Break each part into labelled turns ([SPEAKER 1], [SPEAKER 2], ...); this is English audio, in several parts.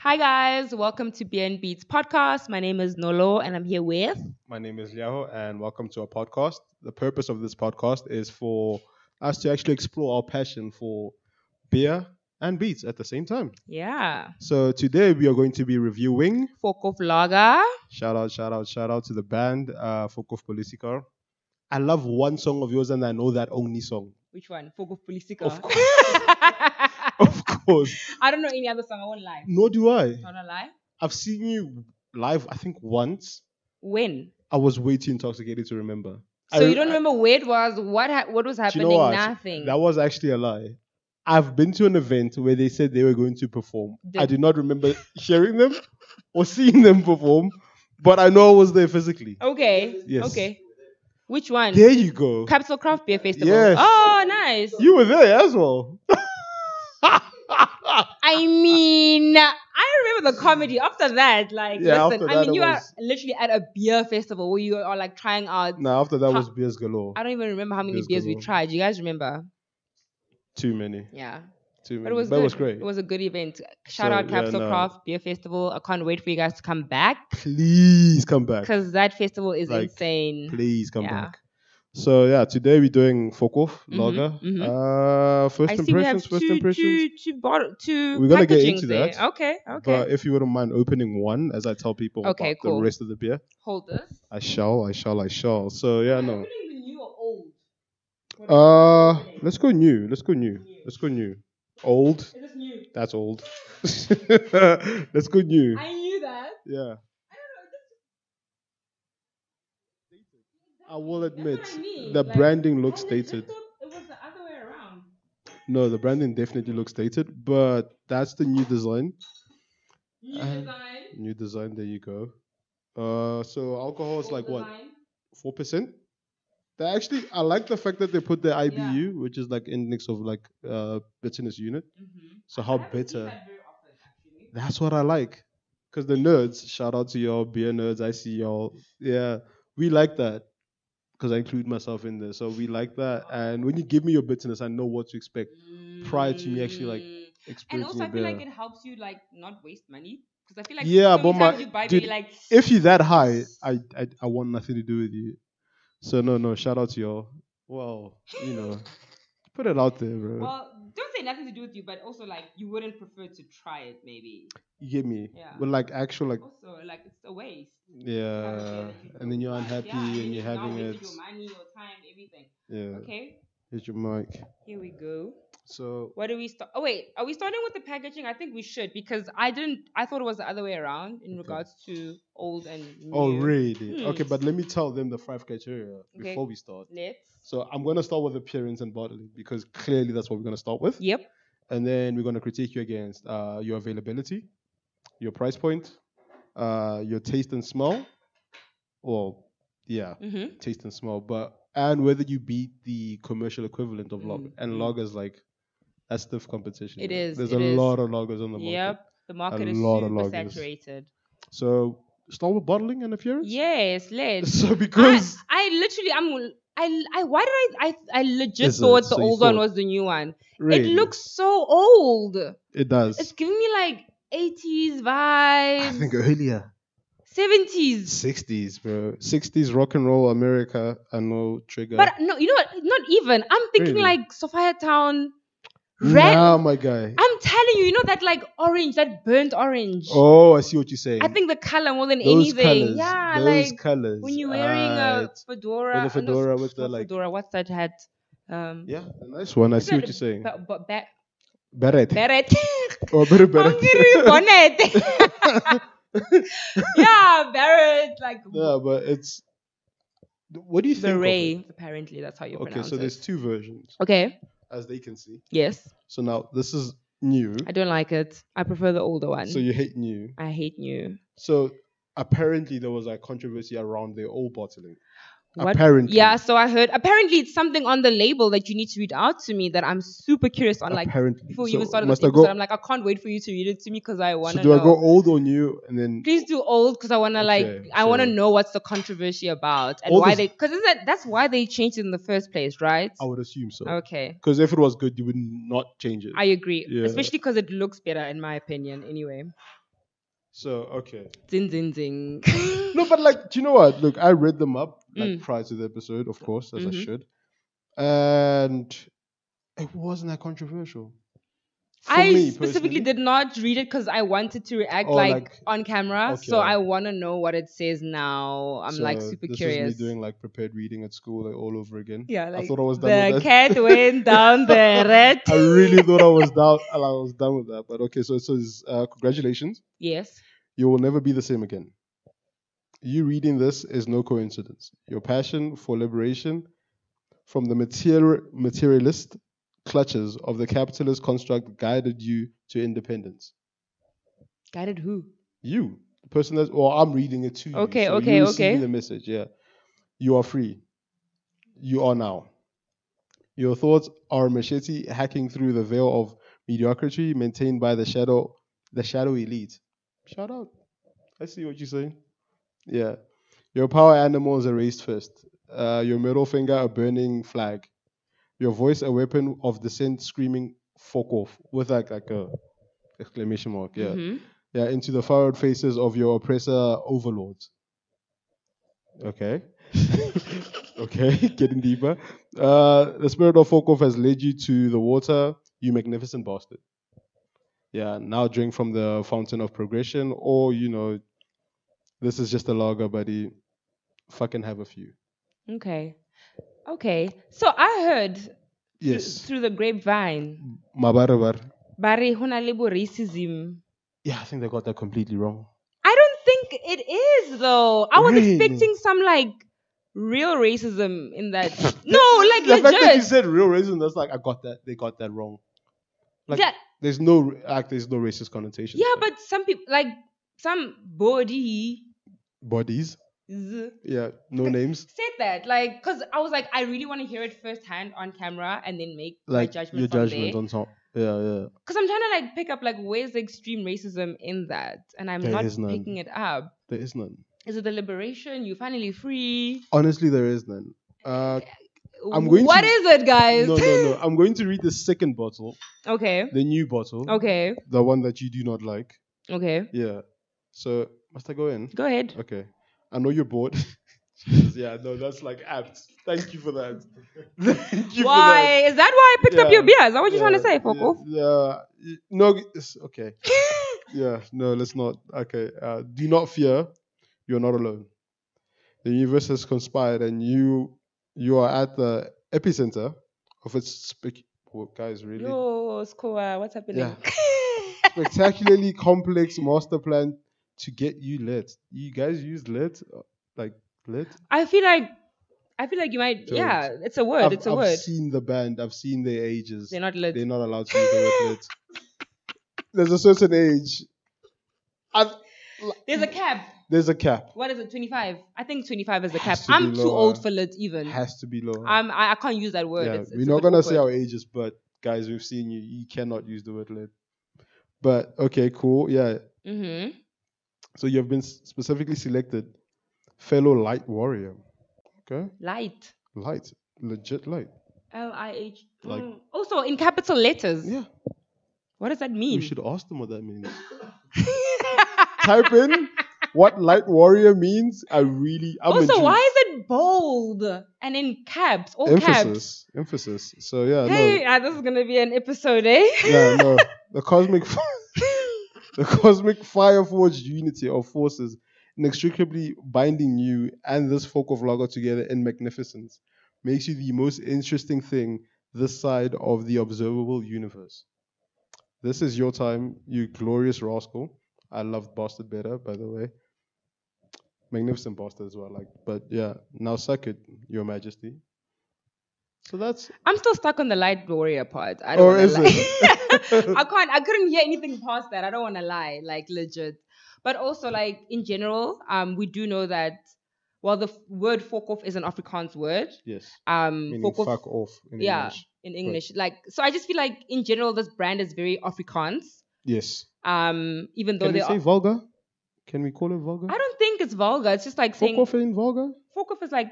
[SPEAKER 1] Hi guys, welcome to BN Beats podcast. My name is Nolo and I'm here with
[SPEAKER 2] My name is Liaho, and welcome to our podcast. The purpose of this podcast is for us to actually explore our passion for beer and beats at the same time.
[SPEAKER 1] yeah,
[SPEAKER 2] So today we are going to be reviewing.
[SPEAKER 1] Foko Vlogger.
[SPEAKER 2] Shout out, shout out, shout out to the band uh, Fokov Politica. I love one song of yours, and I know that only song.
[SPEAKER 1] Which one? Foko Politica.
[SPEAKER 2] Of course, of course.
[SPEAKER 1] I don't know any other song. I won't lie.
[SPEAKER 2] Nor do I.
[SPEAKER 1] I won't lie.
[SPEAKER 2] I've seen you live. I think once.
[SPEAKER 1] When?
[SPEAKER 2] I was way too intoxicated to remember.
[SPEAKER 1] So
[SPEAKER 2] I-
[SPEAKER 1] you don't
[SPEAKER 2] I-
[SPEAKER 1] remember where it was, what ha- what was
[SPEAKER 2] Do
[SPEAKER 1] happening,
[SPEAKER 2] you know what?
[SPEAKER 1] nothing.
[SPEAKER 2] That was actually a lie. I've been to an event where they said they were going to perform.
[SPEAKER 1] Did-
[SPEAKER 2] I do not remember hearing them or seeing them perform, but I know I was there physically.
[SPEAKER 1] okay.
[SPEAKER 2] Yes.
[SPEAKER 1] Okay. Which one?
[SPEAKER 2] There you go.
[SPEAKER 1] Capital Craft Beer Festival.
[SPEAKER 2] Yes.
[SPEAKER 1] Oh, nice.
[SPEAKER 2] You were there as well.
[SPEAKER 1] I mean, I remember the comedy after that. Like,
[SPEAKER 2] Yeah,
[SPEAKER 1] listen,
[SPEAKER 2] after
[SPEAKER 1] I
[SPEAKER 2] that
[SPEAKER 1] mean,
[SPEAKER 2] it
[SPEAKER 1] you
[SPEAKER 2] was-
[SPEAKER 1] are literally at a beer festival where you are like trying out.
[SPEAKER 2] nah, after that
[SPEAKER 1] How-
[SPEAKER 2] was beers galore.
[SPEAKER 1] I don't even remember how many
[SPEAKER 2] Yes,
[SPEAKER 1] beers we
[SPEAKER 2] Gabon.
[SPEAKER 1] tried. You guys remember?
[SPEAKER 2] Too many.
[SPEAKER 1] Yeah.
[SPEAKER 2] Too many.
[SPEAKER 1] But it was
[SPEAKER 2] that
[SPEAKER 1] good.
[SPEAKER 2] was great.
[SPEAKER 1] It was a good event. Shout
[SPEAKER 2] So,
[SPEAKER 1] out
[SPEAKER 2] yeah,
[SPEAKER 1] Capital
[SPEAKER 2] no.
[SPEAKER 1] Craft Beer Festival. I can't wait for you guys to come back
[SPEAKER 2] Please come back.
[SPEAKER 1] because that festival is
[SPEAKER 2] Like,
[SPEAKER 1] insane.
[SPEAKER 2] Please come
[SPEAKER 1] Yeah.
[SPEAKER 2] back. So yeah, today we're doing Fokof
[SPEAKER 1] Mhm,
[SPEAKER 2] Lager.
[SPEAKER 1] mhm.
[SPEAKER 2] Uh, first
[SPEAKER 1] I see we have
[SPEAKER 2] impressions. First
[SPEAKER 1] two,
[SPEAKER 2] impressions.
[SPEAKER 1] two, two, bottle, two
[SPEAKER 2] We're gonna get
[SPEAKER 1] packagings
[SPEAKER 2] into
[SPEAKER 1] there.
[SPEAKER 2] that,
[SPEAKER 1] Okay, okay.
[SPEAKER 2] But if you wouldn't mind opening one, as I tell people
[SPEAKER 1] Okay,
[SPEAKER 2] about
[SPEAKER 1] cool.
[SPEAKER 2] the rest of the beer,
[SPEAKER 1] Hold this.
[SPEAKER 2] I shall, I shall, I shall. So yeah, no.
[SPEAKER 1] don't even knew or old.
[SPEAKER 2] Uh, let's go new. Let's go new. Let's go new. Old.
[SPEAKER 1] It is new.
[SPEAKER 2] That's old. let's go new.
[SPEAKER 1] I knew that.
[SPEAKER 2] Yeah.
[SPEAKER 1] I
[SPEAKER 2] I will
[SPEAKER 1] don't know.
[SPEAKER 2] admit,
[SPEAKER 1] That's what I mean.
[SPEAKER 2] the
[SPEAKER 1] Like,
[SPEAKER 2] branding looks
[SPEAKER 1] I was- I
[SPEAKER 2] dated.
[SPEAKER 1] thought It was the other way around.
[SPEAKER 2] No, the branding definitely looks dated, but that's the new design.
[SPEAKER 1] New
[SPEAKER 2] Uh,
[SPEAKER 1] design.
[SPEAKER 2] New design. There you go. Uh, so alcohol is
[SPEAKER 1] old
[SPEAKER 2] like what?
[SPEAKER 1] design.
[SPEAKER 2] four percent. They actually, I like the fact that they put the IBU, which is like index of like uh bitterness unit.
[SPEAKER 1] Mhm.
[SPEAKER 2] So
[SPEAKER 1] I
[SPEAKER 2] how
[SPEAKER 1] haven't seen
[SPEAKER 2] bitter?
[SPEAKER 1] that very often, actually.
[SPEAKER 2] That's what I like. Cause the nerds, shout out to y'all beer nerds. I see y'all. Yeah, we like that. Cause I include myself in there, so we like that. And when you give me your bitterness, I know what to expect. prior to me actually, like,
[SPEAKER 1] Mm. and
[SPEAKER 2] Experience
[SPEAKER 1] also I
[SPEAKER 2] your
[SPEAKER 1] feel
[SPEAKER 2] beer.
[SPEAKER 1] like it helps you like not waste money because I feel like
[SPEAKER 2] Yeah,
[SPEAKER 1] so
[SPEAKER 2] but
[SPEAKER 1] many
[SPEAKER 2] my-
[SPEAKER 1] times you buy
[SPEAKER 2] dude,
[SPEAKER 1] beer, like
[SPEAKER 2] if you're that high, I, I I want nothing to do with you. So no, no, shout out to y'all. Well, you know, put it out there, bro.
[SPEAKER 1] well don't say nothing to do with you but also like you wouldn't prefer to try it maybe
[SPEAKER 2] you get me?
[SPEAKER 1] Yeah.
[SPEAKER 2] With like actual like
[SPEAKER 1] also like it's a waste Have a beer
[SPEAKER 2] Yeah,
[SPEAKER 1] that you
[SPEAKER 2] Uh, and then
[SPEAKER 1] don't
[SPEAKER 2] you're
[SPEAKER 1] like.
[SPEAKER 2] unhappy
[SPEAKER 1] Yeah,
[SPEAKER 2] and you're
[SPEAKER 1] now
[SPEAKER 2] having
[SPEAKER 1] wasted
[SPEAKER 2] it.
[SPEAKER 1] your money your time everything
[SPEAKER 2] Yeah,
[SPEAKER 1] okay
[SPEAKER 2] hit your mic.
[SPEAKER 1] here we go
[SPEAKER 2] So
[SPEAKER 1] what do we start oh wait are we starting with the packaging i think we should because i didn't i thought it was the other way around in
[SPEAKER 2] Okay.
[SPEAKER 1] regards to old and new
[SPEAKER 2] oh really?
[SPEAKER 1] Hmm.
[SPEAKER 2] Okay, but let me tell them the five criteria before we start.
[SPEAKER 1] let's
[SPEAKER 2] So I'm gonna start with appearance and bottling because clearly that's what we're gonna start with,
[SPEAKER 1] yep
[SPEAKER 2] and then we're gonna critique you against uh, your availability, your price point, uh, your taste and smell. Well, yeah,
[SPEAKER 1] mm-hmm.
[SPEAKER 2] taste and smell, but and whether you beat the commercial equivalent of lager.
[SPEAKER 1] Mm,
[SPEAKER 2] And
[SPEAKER 1] mm.
[SPEAKER 2] lagers like that's stiff competition.
[SPEAKER 1] It
[SPEAKER 2] man.
[SPEAKER 1] is,
[SPEAKER 2] There's
[SPEAKER 1] it
[SPEAKER 2] a
[SPEAKER 1] is.
[SPEAKER 2] lot of lagers on the market.
[SPEAKER 1] Yep, the market is
[SPEAKER 2] lot of
[SPEAKER 1] super
[SPEAKER 2] lagers.
[SPEAKER 1] saturated.
[SPEAKER 2] So start with bottling and appearance.
[SPEAKER 1] Yes, let's.
[SPEAKER 2] So
[SPEAKER 1] I,
[SPEAKER 2] because
[SPEAKER 1] I literally, I'm, I, I, why did I, I, I legit
[SPEAKER 2] Is it?
[SPEAKER 1] thought the
[SPEAKER 2] So you
[SPEAKER 1] old one
[SPEAKER 2] thought-
[SPEAKER 1] was the new one.
[SPEAKER 2] really,
[SPEAKER 1] It looks so old.
[SPEAKER 2] it does.
[SPEAKER 1] It's giving me like 80s vibes,
[SPEAKER 2] I think earlier
[SPEAKER 1] 70s.
[SPEAKER 2] 60s, bro. 60s rock and roll America. I know trigger.
[SPEAKER 1] But no, you know what? Not even. I'm thinking
[SPEAKER 2] Really?
[SPEAKER 1] like Sophia Town, red.
[SPEAKER 2] now, my guy.
[SPEAKER 1] I'm telling you, you know that like orange, that burnt orange.
[SPEAKER 2] oh, I see what you're saying.
[SPEAKER 1] I think the color more than
[SPEAKER 2] those
[SPEAKER 1] anything.
[SPEAKER 2] colors,
[SPEAKER 1] yeah,
[SPEAKER 2] those
[SPEAKER 1] like
[SPEAKER 2] colors.
[SPEAKER 1] when you're wearing a
[SPEAKER 2] Aight.
[SPEAKER 1] fedora,
[SPEAKER 2] with a
[SPEAKER 1] uh, no,
[SPEAKER 2] fedora with the
[SPEAKER 1] not
[SPEAKER 2] like.
[SPEAKER 1] fedora. What's that hat? Um,
[SPEAKER 2] Yeah, a nice one. I
[SPEAKER 1] is
[SPEAKER 2] see
[SPEAKER 1] that
[SPEAKER 2] what you're
[SPEAKER 1] a
[SPEAKER 2] saying.
[SPEAKER 1] ba- ba- ba-
[SPEAKER 2] Beret.
[SPEAKER 1] beret.
[SPEAKER 2] Or better,
[SPEAKER 1] Hungry
[SPEAKER 2] beret.
[SPEAKER 1] bonnet. yeah, beret. Like
[SPEAKER 2] yeah, but it's. What do you think? of it?
[SPEAKER 1] beret. Apparently, that's how you
[SPEAKER 2] Okay,
[SPEAKER 1] pronounce
[SPEAKER 2] so there's
[SPEAKER 1] it.
[SPEAKER 2] two versions,
[SPEAKER 1] Okay.
[SPEAKER 2] as they can see.
[SPEAKER 1] Yes,
[SPEAKER 2] So now this is new.
[SPEAKER 1] I don't like it. I prefer the older one.
[SPEAKER 2] So you hate new.
[SPEAKER 1] I hate new.
[SPEAKER 2] So apparently there was like controversy around the old bottling.
[SPEAKER 1] What?
[SPEAKER 2] Apparently.
[SPEAKER 1] Yeah, so I heard. Apparently, it's something on the label that you need to read out to me that I'm super curious on. Like
[SPEAKER 2] apparently.
[SPEAKER 1] before
[SPEAKER 2] so
[SPEAKER 1] you even started this
[SPEAKER 2] must I
[SPEAKER 1] episode,
[SPEAKER 2] go,
[SPEAKER 1] I'm like, I can't wait for you to read it to me because I want
[SPEAKER 2] So
[SPEAKER 1] to
[SPEAKER 2] do
[SPEAKER 1] know.
[SPEAKER 2] I go old or new and then
[SPEAKER 1] please do old because I want to like
[SPEAKER 2] Okay,
[SPEAKER 1] I want to
[SPEAKER 2] so-
[SPEAKER 1] know what's the controversy about and
[SPEAKER 2] Old
[SPEAKER 1] why
[SPEAKER 2] is-
[SPEAKER 1] they because that that's why they changed it in the first place, right?
[SPEAKER 2] I would assume so.
[SPEAKER 1] Okay,
[SPEAKER 2] Because if it was good, you would not change it.
[SPEAKER 1] I agree,
[SPEAKER 2] Yeah.
[SPEAKER 1] especially because it looks better in my opinion. Anyway,
[SPEAKER 2] So okay.
[SPEAKER 1] Ding ding ding.
[SPEAKER 2] No, but like, do you know what? Look, I read them up like
[SPEAKER 1] Mm.
[SPEAKER 2] prior to the episode, of course, as I
[SPEAKER 1] Mhm.
[SPEAKER 2] should, and it wasn't that controversial. For
[SPEAKER 1] I
[SPEAKER 2] me,
[SPEAKER 1] specifically
[SPEAKER 2] personally.
[SPEAKER 1] did not read it because I wanted to react
[SPEAKER 2] Oh,
[SPEAKER 1] like,
[SPEAKER 2] like-
[SPEAKER 1] on camera,
[SPEAKER 2] okay.
[SPEAKER 1] so I want to know what it says now. I'm like
[SPEAKER 2] So
[SPEAKER 1] super
[SPEAKER 2] this
[SPEAKER 1] curious.
[SPEAKER 2] Is me doing like prepared reading at school like, all over again.
[SPEAKER 1] yeah, like
[SPEAKER 2] I thought I was done
[SPEAKER 1] the
[SPEAKER 2] with that.
[SPEAKER 1] cat went down the red.
[SPEAKER 2] I really thought I was down. I was done with that. But okay, so it says uh, congratulations.
[SPEAKER 1] Yes.
[SPEAKER 2] You will never be the same again. You reading this is no coincidence. Your passion for liberation from the material materialist clutches of the capitalist construct guided you to independence.
[SPEAKER 1] Guided who?
[SPEAKER 2] You, the person that, or I'm reading it to you.
[SPEAKER 1] Okay,
[SPEAKER 2] so
[SPEAKER 1] okay,
[SPEAKER 2] you're
[SPEAKER 1] okay.
[SPEAKER 2] receiving The message, yeah. You are free. You are now. Your thoughts are a machete hacking through the veil of mediocrity maintained by the shadow, the shadow elite. Shout out. I see what you're saying. Yeah. Your power animal is a raised fist. Uh, your middle finger a burning flag. Your voice a weapon of dissent screaming "fuck off" with like like a exclamation mark. Yeah
[SPEAKER 1] Mhm.
[SPEAKER 2] yeah, into the furrowed faces of your oppressor overlords. Okay. okay, getting deeper. Uh, the spirit of Folkov has led you to the water, you magnificent bastard. Yeah, now drink from the fountain of progression, or, you know, this is just a lager, buddy. Fucking have a few.
[SPEAKER 1] Okay. Okay. So I heard
[SPEAKER 2] Yes. Mm.
[SPEAKER 1] through the grapevine,
[SPEAKER 2] Mabarabar.
[SPEAKER 1] Barry Honalibo racism.
[SPEAKER 2] Yeah, I think they got that completely wrong.
[SPEAKER 1] I don't think it is though. I was
[SPEAKER 2] Really?
[SPEAKER 1] expecting some like real racism in that. no,
[SPEAKER 2] the
[SPEAKER 1] Oh, like
[SPEAKER 2] fact that you
[SPEAKER 1] legit.
[SPEAKER 2] said real racism, that's like I got that. They got that wrong. Like
[SPEAKER 1] Yeah.
[SPEAKER 2] there's no like there's no racist connotation.
[SPEAKER 1] Yeah, but some people like some body
[SPEAKER 2] bodies.
[SPEAKER 1] z-
[SPEAKER 2] Yeah, no names.
[SPEAKER 1] said that like because I was like I really want to hear it firsthand on camera and then make
[SPEAKER 2] Like
[SPEAKER 1] my
[SPEAKER 2] your
[SPEAKER 1] judgment from
[SPEAKER 2] judgment
[SPEAKER 1] there.
[SPEAKER 2] on top. Yeah, yeah.
[SPEAKER 1] Because I'm trying to like pick up like where's the extreme racism in that, and I'm
[SPEAKER 2] There
[SPEAKER 1] not
[SPEAKER 2] is none.
[SPEAKER 1] picking it up.
[SPEAKER 2] There is none.
[SPEAKER 1] Is it the liberation? You finally free?
[SPEAKER 2] Honestly, there is none. Uh, I'm
[SPEAKER 1] What
[SPEAKER 2] going
[SPEAKER 1] is
[SPEAKER 2] to-
[SPEAKER 1] it, guys?
[SPEAKER 2] no, no, no. I'm going to read the second bottle,
[SPEAKER 1] okay,
[SPEAKER 2] the new bottle,
[SPEAKER 1] okay,
[SPEAKER 2] the one that you do not like.
[SPEAKER 1] okay.
[SPEAKER 2] Yeah. So must I go in?
[SPEAKER 1] Go ahead.
[SPEAKER 2] Okay. I know you're bored. Jesus, yeah, no, that's like apt. Thank you for that. Thank you for that.
[SPEAKER 1] Why is that why I picked up
[SPEAKER 2] Yeah.
[SPEAKER 1] your beer? Is that what you're trying to say,
[SPEAKER 2] Yeah,
[SPEAKER 1] Foko?
[SPEAKER 2] Yeah, yeah. no, it's okay. yeah, no, let's not. Okay, uh, do not fear. You're not alone. The universe has conspired, and you you are at the epicenter of its spec- Whoa, guys really
[SPEAKER 1] Yo, Skoa, what's happening?
[SPEAKER 2] spectacularly complex master plan to get you lit. You guys use lit Uh, like lit.
[SPEAKER 1] I feel like I feel like you might
[SPEAKER 2] Don't.
[SPEAKER 1] yeah, it's a word,
[SPEAKER 2] I've,
[SPEAKER 1] it's a
[SPEAKER 2] I've
[SPEAKER 1] word.
[SPEAKER 2] seen the band. I've seen their ages.
[SPEAKER 1] They're not lit.
[SPEAKER 2] they're not allowed to use the word lit. There's a certain age. I've,
[SPEAKER 1] There's a cap.
[SPEAKER 2] there's a cap.
[SPEAKER 1] What is it? 25. I think 25 is the cap.
[SPEAKER 2] Has to
[SPEAKER 1] I'm
[SPEAKER 2] be
[SPEAKER 1] too old
[SPEAKER 2] lower.
[SPEAKER 1] for lit even.
[SPEAKER 2] Has to be low.
[SPEAKER 1] I'm, I, I can't use that word.
[SPEAKER 2] yeah,
[SPEAKER 1] It's-
[SPEAKER 2] we're
[SPEAKER 1] it's a
[SPEAKER 2] not
[SPEAKER 1] bit
[SPEAKER 2] gonna say
[SPEAKER 1] awkward.
[SPEAKER 2] our ages, but guys, we've seen you. You cannot use the word lit. But okay, cool. Yeah.
[SPEAKER 1] Mhm.
[SPEAKER 2] So you've been s- specifically selected, fellow light warrior. Okay,
[SPEAKER 1] Light.
[SPEAKER 2] light, legit light.
[SPEAKER 1] L I H.
[SPEAKER 2] Like-
[SPEAKER 1] Mm. Also in capital letters.
[SPEAKER 2] Yeah,
[SPEAKER 1] What does that
[SPEAKER 2] you
[SPEAKER 1] mean?
[SPEAKER 2] should ask them what that means. Type in what light warrior means. I really. I'm
[SPEAKER 1] also,
[SPEAKER 2] intrigued.
[SPEAKER 1] why is it bold and in caps? All caps.
[SPEAKER 2] emphasis emphasis so yeah
[SPEAKER 1] Hey, ah, this is gonna be an episode, eh?
[SPEAKER 2] no yeah no the cosmic the cosmic fire forged unity of forces inextricably binding you and this folk of lager together in magnificence makes you the most interesting thing this side of the observable universe this is your time you glorious rascal i loved bastard better by the way magnificent bastard as well like but yeah now suck it your majesty so that's
[SPEAKER 1] I'm still stuck on the light warrior part. I don't
[SPEAKER 2] or
[SPEAKER 1] wanna
[SPEAKER 2] is
[SPEAKER 1] lie.
[SPEAKER 2] it
[SPEAKER 1] I can't. I couldn't hear anything past that. I don't want to lie, like legit. But also, like in general, um, we do know that. Well, the f- word "fork off" is an Afrikaans word.
[SPEAKER 2] Yes.
[SPEAKER 1] Um,
[SPEAKER 2] Meaning
[SPEAKER 1] "fork off"
[SPEAKER 2] fuck off in
[SPEAKER 1] yeah.
[SPEAKER 2] English.
[SPEAKER 1] in English, like so. I just feel like in general, this brand is very Afrikaans.
[SPEAKER 2] Yes.
[SPEAKER 1] Um, even though
[SPEAKER 2] Can
[SPEAKER 1] they
[SPEAKER 2] we say
[SPEAKER 1] are,
[SPEAKER 2] vulgar? Can we call it vulgar?
[SPEAKER 1] I don't think it's vulgar. It's just like
[SPEAKER 2] fuck
[SPEAKER 1] saying
[SPEAKER 2] off in vulgar?
[SPEAKER 1] "fork off" is like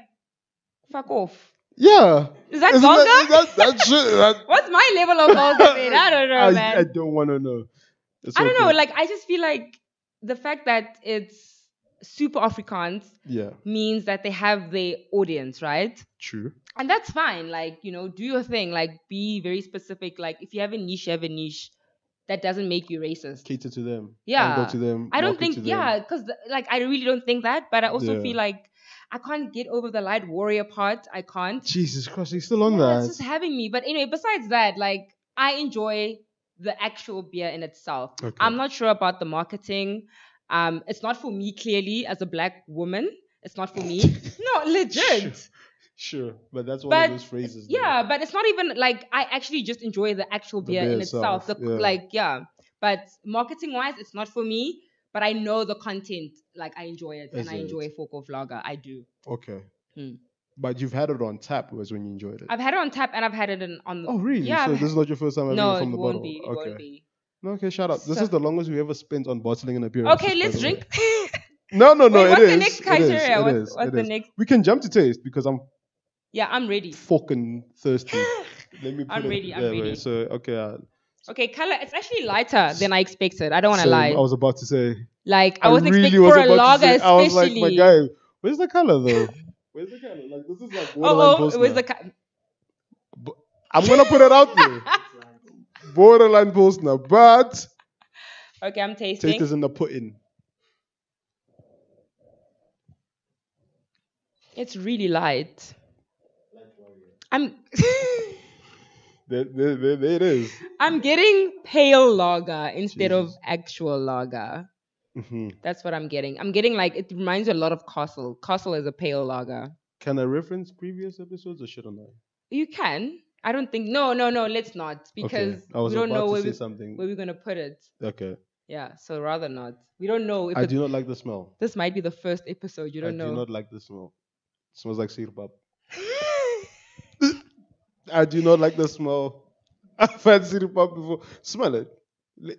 [SPEAKER 1] "fuck off."
[SPEAKER 2] Yeah.
[SPEAKER 1] Is that
[SPEAKER 2] Isn't
[SPEAKER 1] vulgar?
[SPEAKER 2] That, that, that shit, that-
[SPEAKER 1] What's my level of vulgar? man? I don't know,
[SPEAKER 2] I,
[SPEAKER 1] man.
[SPEAKER 2] I don't want to know. It's
[SPEAKER 1] I don't know.
[SPEAKER 2] okay.
[SPEAKER 1] Like I just feel like the fact that it's super Afrikaans
[SPEAKER 2] Yeah,
[SPEAKER 1] means that they have their audience, right?
[SPEAKER 2] true.
[SPEAKER 1] And that's fine. Like, you know, do your thing. Like, be very specific. Like, if you have a niche, you have a niche. That doesn't make you racist.
[SPEAKER 2] Cater to them.
[SPEAKER 1] Yeah.
[SPEAKER 2] Angle to them.
[SPEAKER 1] I don't
[SPEAKER 2] market
[SPEAKER 1] think,
[SPEAKER 2] to them.
[SPEAKER 1] yeah, because like I really don't think that, but I also
[SPEAKER 2] Yeah.
[SPEAKER 1] feel like I can't get over the light warrior part. I can't.
[SPEAKER 2] Jesus Christ, he's still on
[SPEAKER 1] Yeah, it's
[SPEAKER 2] that.
[SPEAKER 1] just having me. But anyway, besides that, like I enjoy the actual beer in itself.
[SPEAKER 2] Okay.
[SPEAKER 1] I'm not sure about the marketing. Um, it's not for me clearly as a black woman. It's not for me. no, legit.
[SPEAKER 2] Sure, but that's one
[SPEAKER 1] But
[SPEAKER 2] of those phrases. though.
[SPEAKER 1] Yeah, but it's not even like I actually just enjoy the actual
[SPEAKER 2] The
[SPEAKER 1] beer,
[SPEAKER 2] beer
[SPEAKER 1] in itself.
[SPEAKER 2] itself,
[SPEAKER 1] The-
[SPEAKER 2] yeah.
[SPEAKER 1] Like yeah, but marketing wise, it's not for me. But I know the content. Like I enjoy it, and I
[SPEAKER 2] Is it?
[SPEAKER 1] enjoy folk of lager. I do.
[SPEAKER 2] Okay.
[SPEAKER 1] Hmm.
[SPEAKER 2] But you've had it on tap was when you enjoyed it.
[SPEAKER 1] I've had it on tap, and I've had it in, on.
[SPEAKER 2] oh really?
[SPEAKER 1] Yeah,
[SPEAKER 2] so
[SPEAKER 1] I've-
[SPEAKER 2] this is not your first time having
[SPEAKER 1] no,
[SPEAKER 2] it
[SPEAKER 1] it
[SPEAKER 2] from the
[SPEAKER 1] won't
[SPEAKER 2] bottle.
[SPEAKER 1] be. It
[SPEAKER 2] okay.
[SPEAKER 1] won't be.
[SPEAKER 2] No, okay, shout out. This
[SPEAKER 1] So-
[SPEAKER 2] is the longest we ever spent on bottling an appearance.
[SPEAKER 1] Okay, let's drink.
[SPEAKER 2] No, Oh, no, no.
[SPEAKER 1] Wait,
[SPEAKER 2] it
[SPEAKER 1] what's the
[SPEAKER 2] is,
[SPEAKER 1] next
[SPEAKER 2] it is,
[SPEAKER 1] criteria?
[SPEAKER 2] it
[SPEAKER 1] what's
[SPEAKER 2] is,
[SPEAKER 1] what's
[SPEAKER 2] it
[SPEAKER 1] the
[SPEAKER 2] is.
[SPEAKER 1] next?
[SPEAKER 2] We can jump to taste because I'm
[SPEAKER 1] Yeah, I'm ready.
[SPEAKER 2] fucking thirsty. Let me. Put
[SPEAKER 1] I'm
[SPEAKER 2] it
[SPEAKER 1] ready, I'm
[SPEAKER 2] that way.
[SPEAKER 1] ready.
[SPEAKER 2] So okay. Uh,
[SPEAKER 1] Okay, color. It's actually lighter than I expected. I don't want to
[SPEAKER 2] so
[SPEAKER 1] lie.
[SPEAKER 2] I was about to say.
[SPEAKER 1] Like I was
[SPEAKER 2] really
[SPEAKER 1] expecting
[SPEAKER 2] was
[SPEAKER 1] for a
[SPEAKER 2] about to
[SPEAKER 1] lager,
[SPEAKER 2] say- I was like,
[SPEAKER 1] especially.
[SPEAKER 2] my guy, where's the color though? where's the color? Like this is like.
[SPEAKER 1] oh,
[SPEAKER 2] borderline
[SPEAKER 1] oh, it was
[SPEAKER 2] Pilsner.
[SPEAKER 1] the. co-
[SPEAKER 2] I'm gonna put it out there. Borderline Pilsner, but
[SPEAKER 1] Okay, I'm tasting.
[SPEAKER 2] taste is in the pudding.
[SPEAKER 1] It's really light. I'm
[SPEAKER 2] There, there, there, there it is.
[SPEAKER 1] I'm getting pale lager instead of
[SPEAKER 2] Jesus.
[SPEAKER 1] actual lager.
[SPEAKER 2] Mhm.
[SPEAKER 1] That's what I'm getting. I'm getting like it reminds me a lot of Castle. Castle is a pale lager.
[SPEAKER 2] Can I reference previous episodes or should I not?
[SPEAKER 1] You can. I don't think. No, no, no. Let's not because
[SPEAKER 2] okay. I was
[SPEAKER 1] we don't
[SPEAKER 2] about
[SPEAKER 1] know
[SPEAKER 2] to
[SPEAKER 1] where,
[SPEAKER 2] say
[SPEAKER 1] we,
[SPEAKER 2] something.
[SPEAKER 1] where we're gonna put it.
[SPEAKER 2] Okay.
[SPEAKER 1] Yeah. So rather not. We don't know if
[SPEAKER 2] I
[SPEAKER 1] it,
[SPEAKER 2] do not like the smell.
[SPEAKER 1] this might be the first episode. You
[SPEAKER 2] I
[SPEAKER 1] don't
[SPEAKER 2] do
[SPEAKER 1] know.
[SPEAKER 2] not like the smell. It smells like sirpap. I do not like the smell. I've had sirpap before. Smell it. Le-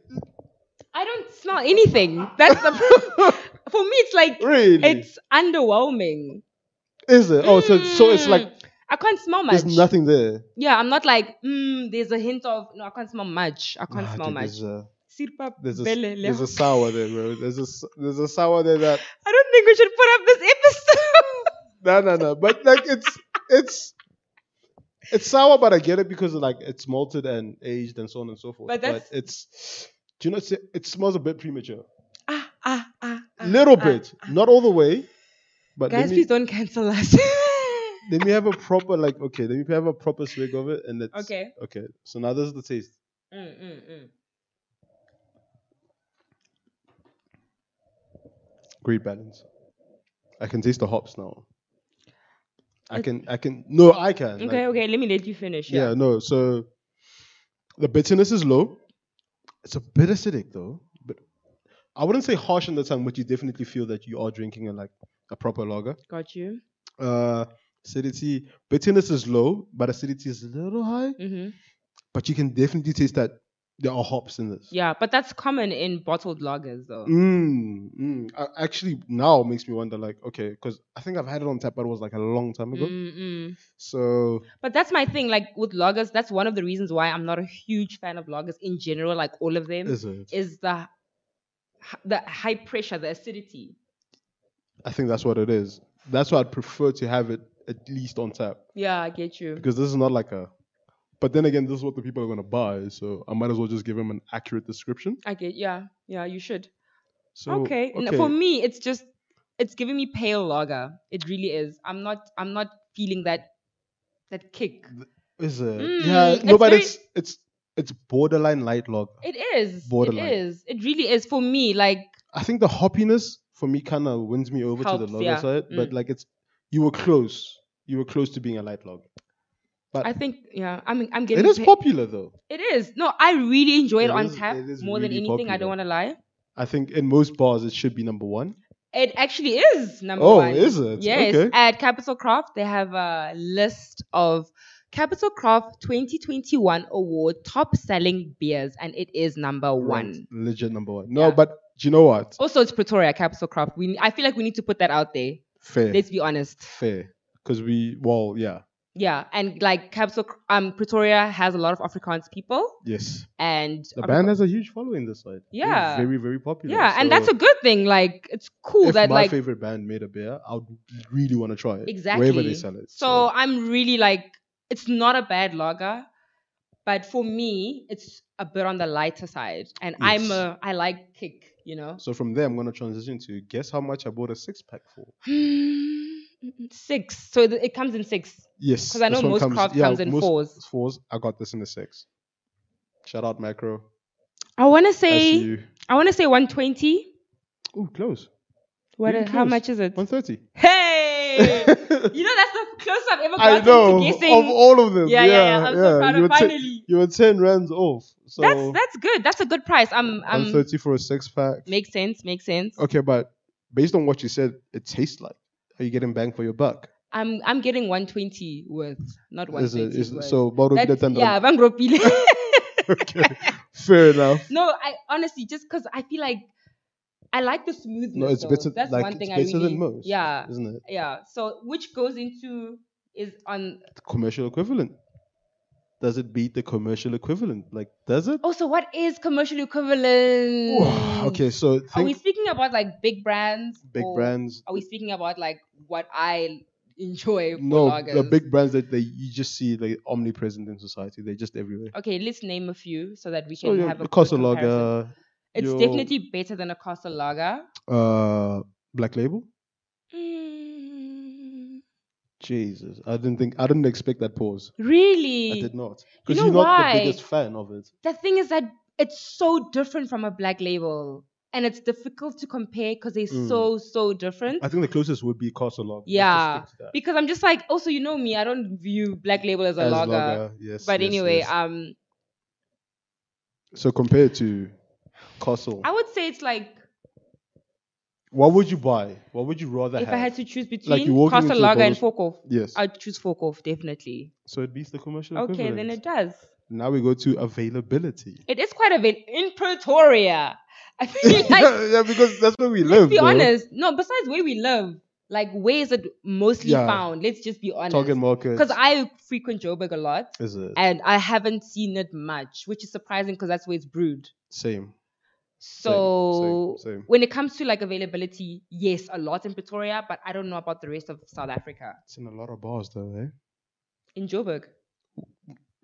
[SPEAKER 1] I don't smell anything. That's the problem. For me, it's like
[SPEAKER 2] Really?
[SPEAKER 1] it's underwhelming.
[SPEAKER 2] Is it? Oh, so so it's like
[SPEAKER 1] Mm, I can't smell much.
[SPEAKER 2] there's nothing there.
[SPEAKER 1] Yeah, I'm not like mm, there's a hint of no. I can't smell much. I can't
[SPEAKER 2] Ah,
[SPEAKER 1] smell
[SPEAKER 2] dude,
[SPEAKER 1] much.
[SPEAKER 2] There's a,
[SPEAKER 1] Sirpa
[SPEAKER 2] there's a,
[SPEAKER 1] bele le-
[SPEAKER 2] there's a sour there, bro. There's a s- there's a sour there that
[SPEAKER 1] I don't think we should put up this episode.
[SPEAKER 2] No, no, no. But like it's it's it's sour, but I get it because like it's malted and aged and so on and so forth.
[SPEAKER 1] But
[SPEAKER 2] But,
[SPEAKER 1] that's-
[SPEAKER 2] it's do you know it's, it smells a bit premature,
[SPEAKER 1] ah, ah, ah, ah,
[SPEAKER 2] little
[SPEAKER 1] ah.
[SPEAKER 2] bit, not all the way. But
[SPEAKER 1] Guys,
[SPEAKER 2] let me
[SPEAKER 1] please don't cancel us.
[SPEAKER 2] let me have a proper like okay, let me have a proper swig of it and it's
[SPEAKER 1] okay.
[SPEAKER 2] Okay, so now this is the taste.
[SPEAKER 1] Mm, mm, mm.
[SPEAKER 2] Great balance. I can taste the hops now. I
[SPEAKER 1] It-
[SPEAKER 2] can, I can. No, I can. like,
[SPEAKER 1] Okay, okay. Let me let you finish.
[SPEAKER 2] Yeah,
[SPEAKER 1] Yeah.
[SPEAKER 2] no. So the bitterness is low. It's a bit acidic though, but I wouldn't say harsh on the tongue, but you definitely feel that you are drinking a like a proper lager.
[SPEAKER 1] Got you.
[SPEAKER 2] Uh, acidity, bitterness is low, but acidity is a little high.
[SPEAKER 1] Mm-hmm.
[SPEAKER 2] But you can definitely taste that there are hops in this.
[SPEAKER 1] Yeah, but that's common in bottled lagers, though.
[SPEAKER 2] Mm, mm. Uh, actually, now makes me wonder, like, okay, because I think I've had it on tap, but it was like a long time
[SPEAKER 1] Mm.
[SPEAKER 2] ago.
[SPEAKER 1] Mm-mm.
[SPEAKER 2] So
[SPEAKER 1] But that's my thing. Like with loggers, that's one of the reasons why I'm not a huge fan of loggers in general. Like all of them
[SPEAKER 2] is it?
[SPEAKER 1] is the the high pressure, the acidity.
[SPEAKER 2] I think that's what it is. That's why I'd prefer to have it at least on tap.
[SPEAKER 1] Yeah, I get you.
[SPEAKER 2] because this is not like a. But then again, this is what the people are gonna buy, so I might as well just give them an accurate description.
[SPEAKER 1] I get. Yeah, yeah, you should.
[SPEAKER 2] So
[SPEAKER 1] okay. N- For me, it's just it's giving me pale lager. It really is. I'm not. I'm not feeling that that kick.
[SPEAKER 2] is it?
[SPEAKER 1] Mm,
[SPEAKER 2] yeah,
[SPEAKER 1] it's
[SPEAKER 2] no, but
[SPEAKER 1] very-
[SPEAKER 2] it's it's it's borderline light log.
[SPEAKER 1] It is.
[SPEAKER 2] Borderline.
[SPEAKER 1] It is. It really is for me. Like
[SPEAKER 2] I think the hoppiness for me kind of wins me over to
[SPEAKER 1] Helps,
[SPEAKER 2] the lager
[SPEAKER 1] yeah. Mm.
[SPEAKER 2] side, but like it's you were close, you were close to being a light log. But
[SPEAKER 1] I think. Yeah. I'm. I'm
[SPEAKER 2] it
[SPEAKER 1] getting.
[SPEAKER 2] is
[SPEAKER 1] pa-
[SPEAKER 2] popular though.
[SPEAKER 1] It is. No, I really enjoy it,
[SPEAKER 2] It
[SPEAKER 1] on
[SPEAKER 2] is-
[SPEAKER 1] tap
[SPEAKER 2] it is
[SPEAKER 1] more than
[SPEAKER 2] really
[SPEAKER 1] anything. I don't
[SPEAKER 2] popular.
[SPEAKER 1] want to lie.
[SPEAKER 2] I think in most bars it should be number one.
[SPEAKER 1] It actually is number
[SPEAKER 2] Oh,
[SPEAKER 1] one.
[SPEAKER 2] is it?
[SPEAKER 1] Yes,
[SPEAKER 2] Okay.
[SPEAKER 1] at Capital Craft they have a list of Capital Craft 2021 award top selling beers, and it is number
[SPEAKER 2] Right,
[SPEAKER 1] one.
[SPEAKER 2] legit number one. No,
[SPEAKER 1] Yeah. Oh,
[SPEAKER 2] but do you know what?
[SPEAKER 1] Also, it's Pretoria Capital Craft. We I feel like we need to put that out there.
[SPEAKER 2] Fair,
[SPEAKER 1] Let's be honest.
[SPEAKER 2] fair, because we well, yeah,
[SPEAKER 1] Yeah, and like Capital um Pretoria has a lot of Afrikaans people,
[SPEAKER 2] Yes.
[SPEAKER 1] and
[SPEAKER 2] The
[SPEAKER 1] Afri-
[SPEAKER 2] band has a huge following this side. They're
[SPEAKER 1] Yeah.
[SPEAKER 2] Very, very popular.
[SPEAKER 1] yeah, and that's
[SPEAKER 2] So
[SPEAKER 1] a good thing. Like it's cool
[SPEAKER 2] if
[SPEAKER 1] that
[SPEAKER 2] my
[SPEAKER 1] like
[SPEAKER 2] favorite band made a beer, I would really want to try it.
[SPEAKER 1] exactly
[SPEAKER 2] Wherever they sell it.
[SPEAKER 1] So, I'm really like it's not a bad lager, but for me it's a bit on the lighter side, and I'm
[SPEAKER 2] Yes.
[SPEAKER 1] a, I like kick, you know.
[SPEAKER 2] So from there, I'm gonna transition to guess how much I bought a six pack for.
[SPEAKER 1] six. So it, it comes in six.
[SPEAKER 2] Yes,
[SPEAKER 1] 'Cause I know
[SPEAKER 2] this one
[SPEAKER 1] most craft comes in fours.
[SPEAKER 2] Fours. I got this in a six. Shout out Macro.
[SPEAKER 1] I want to
[SPEAKER 2] I see
[SPEAKER 1] say
[SPEAKER 2] you.
[SPEAKER 1] I want to say 120.
[SPEAKER 2] Ooh, close.
[SPEAKER 1] What?
[SPEAKER 2] Really
[SPEAKER 1] how
[SPEAKER 2] close.
[SPEAKER 1] much is it?
[SPEAKER 2] One thirty.
[SPEAKER 1] Hey! you know that's the closest I've ever
[SPEAKER 2] I
[SPEAKER 1] gotten
[SPEAKER 2] know
[SPEAKER 1] to
[SPEAKER 2] of
[SPEAKER 1] guessing.
[SPEAKER 2] all of them.
[SPEAKER 1] yeah, yeah, yeah, I'm so proud of
[SPEAKER 2] you, were ten,
[SPEAKER 1] finally.
[SPEAKER 2] you were ten rands off. So
[SPEAKER 1] that's that's good. That's um, a good price. I'm
[SPEAKER 2] one
[SPEAKER 1] I'm
[SPEAKER 2] thirty for a six pack.
[SPEAKER 1] makes sense. Makes sense.
[SPEAKER 2] Okay, but based on what you said, it tastes like. Are you getting bang for your buck?
[SPEAKER 1] I'm I'm getting 120 worth, not
[SPEAKER 2] Is it-
[SPEAKER 1] 120
[SPEAKER 2] is-
[SPEAKER 1] worth.
[SPEAKER 2] so bottle
[SPEAKER 1] That's- yeah, vangropile.
[SPEAKER 2] okay. Fair enough.
[SPEAKER 1] no, I honestly just because I feel like I like the smoothness.
[SPEAKER 2] No, it's
[SPEAKER 1] though.
[SPEAKER 2] better.
[SPEAKER 1] That's
[SPEAKER 2] like
[SPEAKER 1] one
[SPEAKER 2] it's
[SPEAKER 1] thing
[SPEAKER 2] better
[SPEAKER 1] I really,
[SPEAKER 2] than most.
[SPEAKER 1] Yeah,
[SPEAKER 2] isn't it?
[SPEAKER 1] yeah. So which goes into is on.
[SPEAKER 2] the commercial equivalent. Does it beat the commercial equivalent? Like, does it?
[SPEAKER 1] Oh, so what is commercial equivalent?
[SPEAKER 2] okay, so
[SPEAKER 1] Mm. Are we
[SPEAKER 2] think
[SPEAKER 1] speaking about like big brands?
[SPEAKER 2] big
[SPEAKER 1] or
[SPEAKER 2] brands.
[SPEAKER 1] Are we speaking about like what I enjoy? For
[SPEAKER 2] No, the
[SPEAKER 1] lagers?
[SPEAKER 2] big brands that they you just see they omnipresent in society. They're just everywhere.
[SPEAKER 1] Okay, let's name a few so that we
[SPEAKER 2] So
[SPEAKER 1] can
[SPEAKER 2] your
[SPEAKER 1] have a
[SPEAKER 2] Casa
[SPEAKER 1] good comparison.
[SPEAKER 2] Lager,
[SPEAKER 1] It's
[SPEAKER 2] your-
[SPEAKER 1] definitely better than a Costa Lager.
[SPEAKER 2] uh, Black Label.
[SPEAKER 1] Mm,
[SPEAKER 2] Jesus, I didn't think I didn't expect that pause. I
[SPEAKER 1] really?
[SPEAKER 2] did not because
[SPEAKER 1] know
[SPEAKER 2] are not
[SPEAKER 1] why?
[SPEAKER 2] the biggest fan of it.
[SPEAKER 1] The thing is that it's so different from a black label. And it's difficult to compare because they're
[SPEAKER 2] Mm.
[SPEAKER 1] so, so different.
[SPEAKER 2] I think the closest would be Casa Lager. Let's just
[SPEAKER 1] Yeah.
[SPEAKER 2] stick to that.
[SPEAKER 1] Because I'm just like, also, you know me, I don't view black label as a
[SPEAKER 2] As
[SPEAKER 1] lager.
[SPEAKER 2] lager, yes.
[SPEAKER 1] But
[SPEAKER 2] yes,
[SPEAKER 1] anyway,
[SPEAKER 2] yes.
[SPEAKER 1] um,
[SPEAKER 2] so compared to Castle,
[SPEAKER 1] I would say it's like
[SPEAKER 2] what would you buy? What would you rather
[SPEAKER 1] if
[SPEAKER 2] have?
[SPEAKER 1] I had to choose
[SPEAKER 2] you're
[SPEAKER 1] between
[SPEAKER 2] walking
[SPEAKER 1] Costa
[SPEAKER 2] into a
[SPEAKER 1] Lager and
[SPEAKER 2] bottle
[SPEAKER 1] Forkoff,
[SPEAKER 2] Yes.
[SPEAKER 1] I'd choose Forkoff definitely.
[SPEAKER 2] so it beats the commercial
[SPEAKER 1] Okay,
[SPEAKER 2] equivalent.
[SPEAKER 1] then it does.
[SPEAKER 2] Now we go to availability.
[SPEAKER 1] It is quite a bit in Pretoria. I feel like
[SPEAKER 2] yeah, because that's where we
[SPEAKER 1] Let's
[SPEAKER 2] live.
[SPEAKER 1] be
[SPEAKER 2] bro.
[SPEAKER 1] honest. No, besides where we live, like where is it mostly
[SPEAKER 2] Yeah.
[SPEAKER 1] found? Let's just be
[SPEAKER 2] Target
[SPEAKER 1] honest.
[SPEAKER 2] market.
[SPEAKER 1] Because I frequent Joburg a lot,
[SPEAKER 2] is it
[SPEAKER 1] and I haven't seen it much, which is surprising because that's where it's brewed.
[SPEAKER 2] same?
[SPEAKER 1] So
[SPEAKER 2] same, same.
[SPEAKER 1] when it comes to like availability, yes, a lot in Pretoria, but I don't know about the rest of South Africa.
[SPEAKER 2] It's in a lot of bars though, eh?
[SPEAKER 1] In Joburg,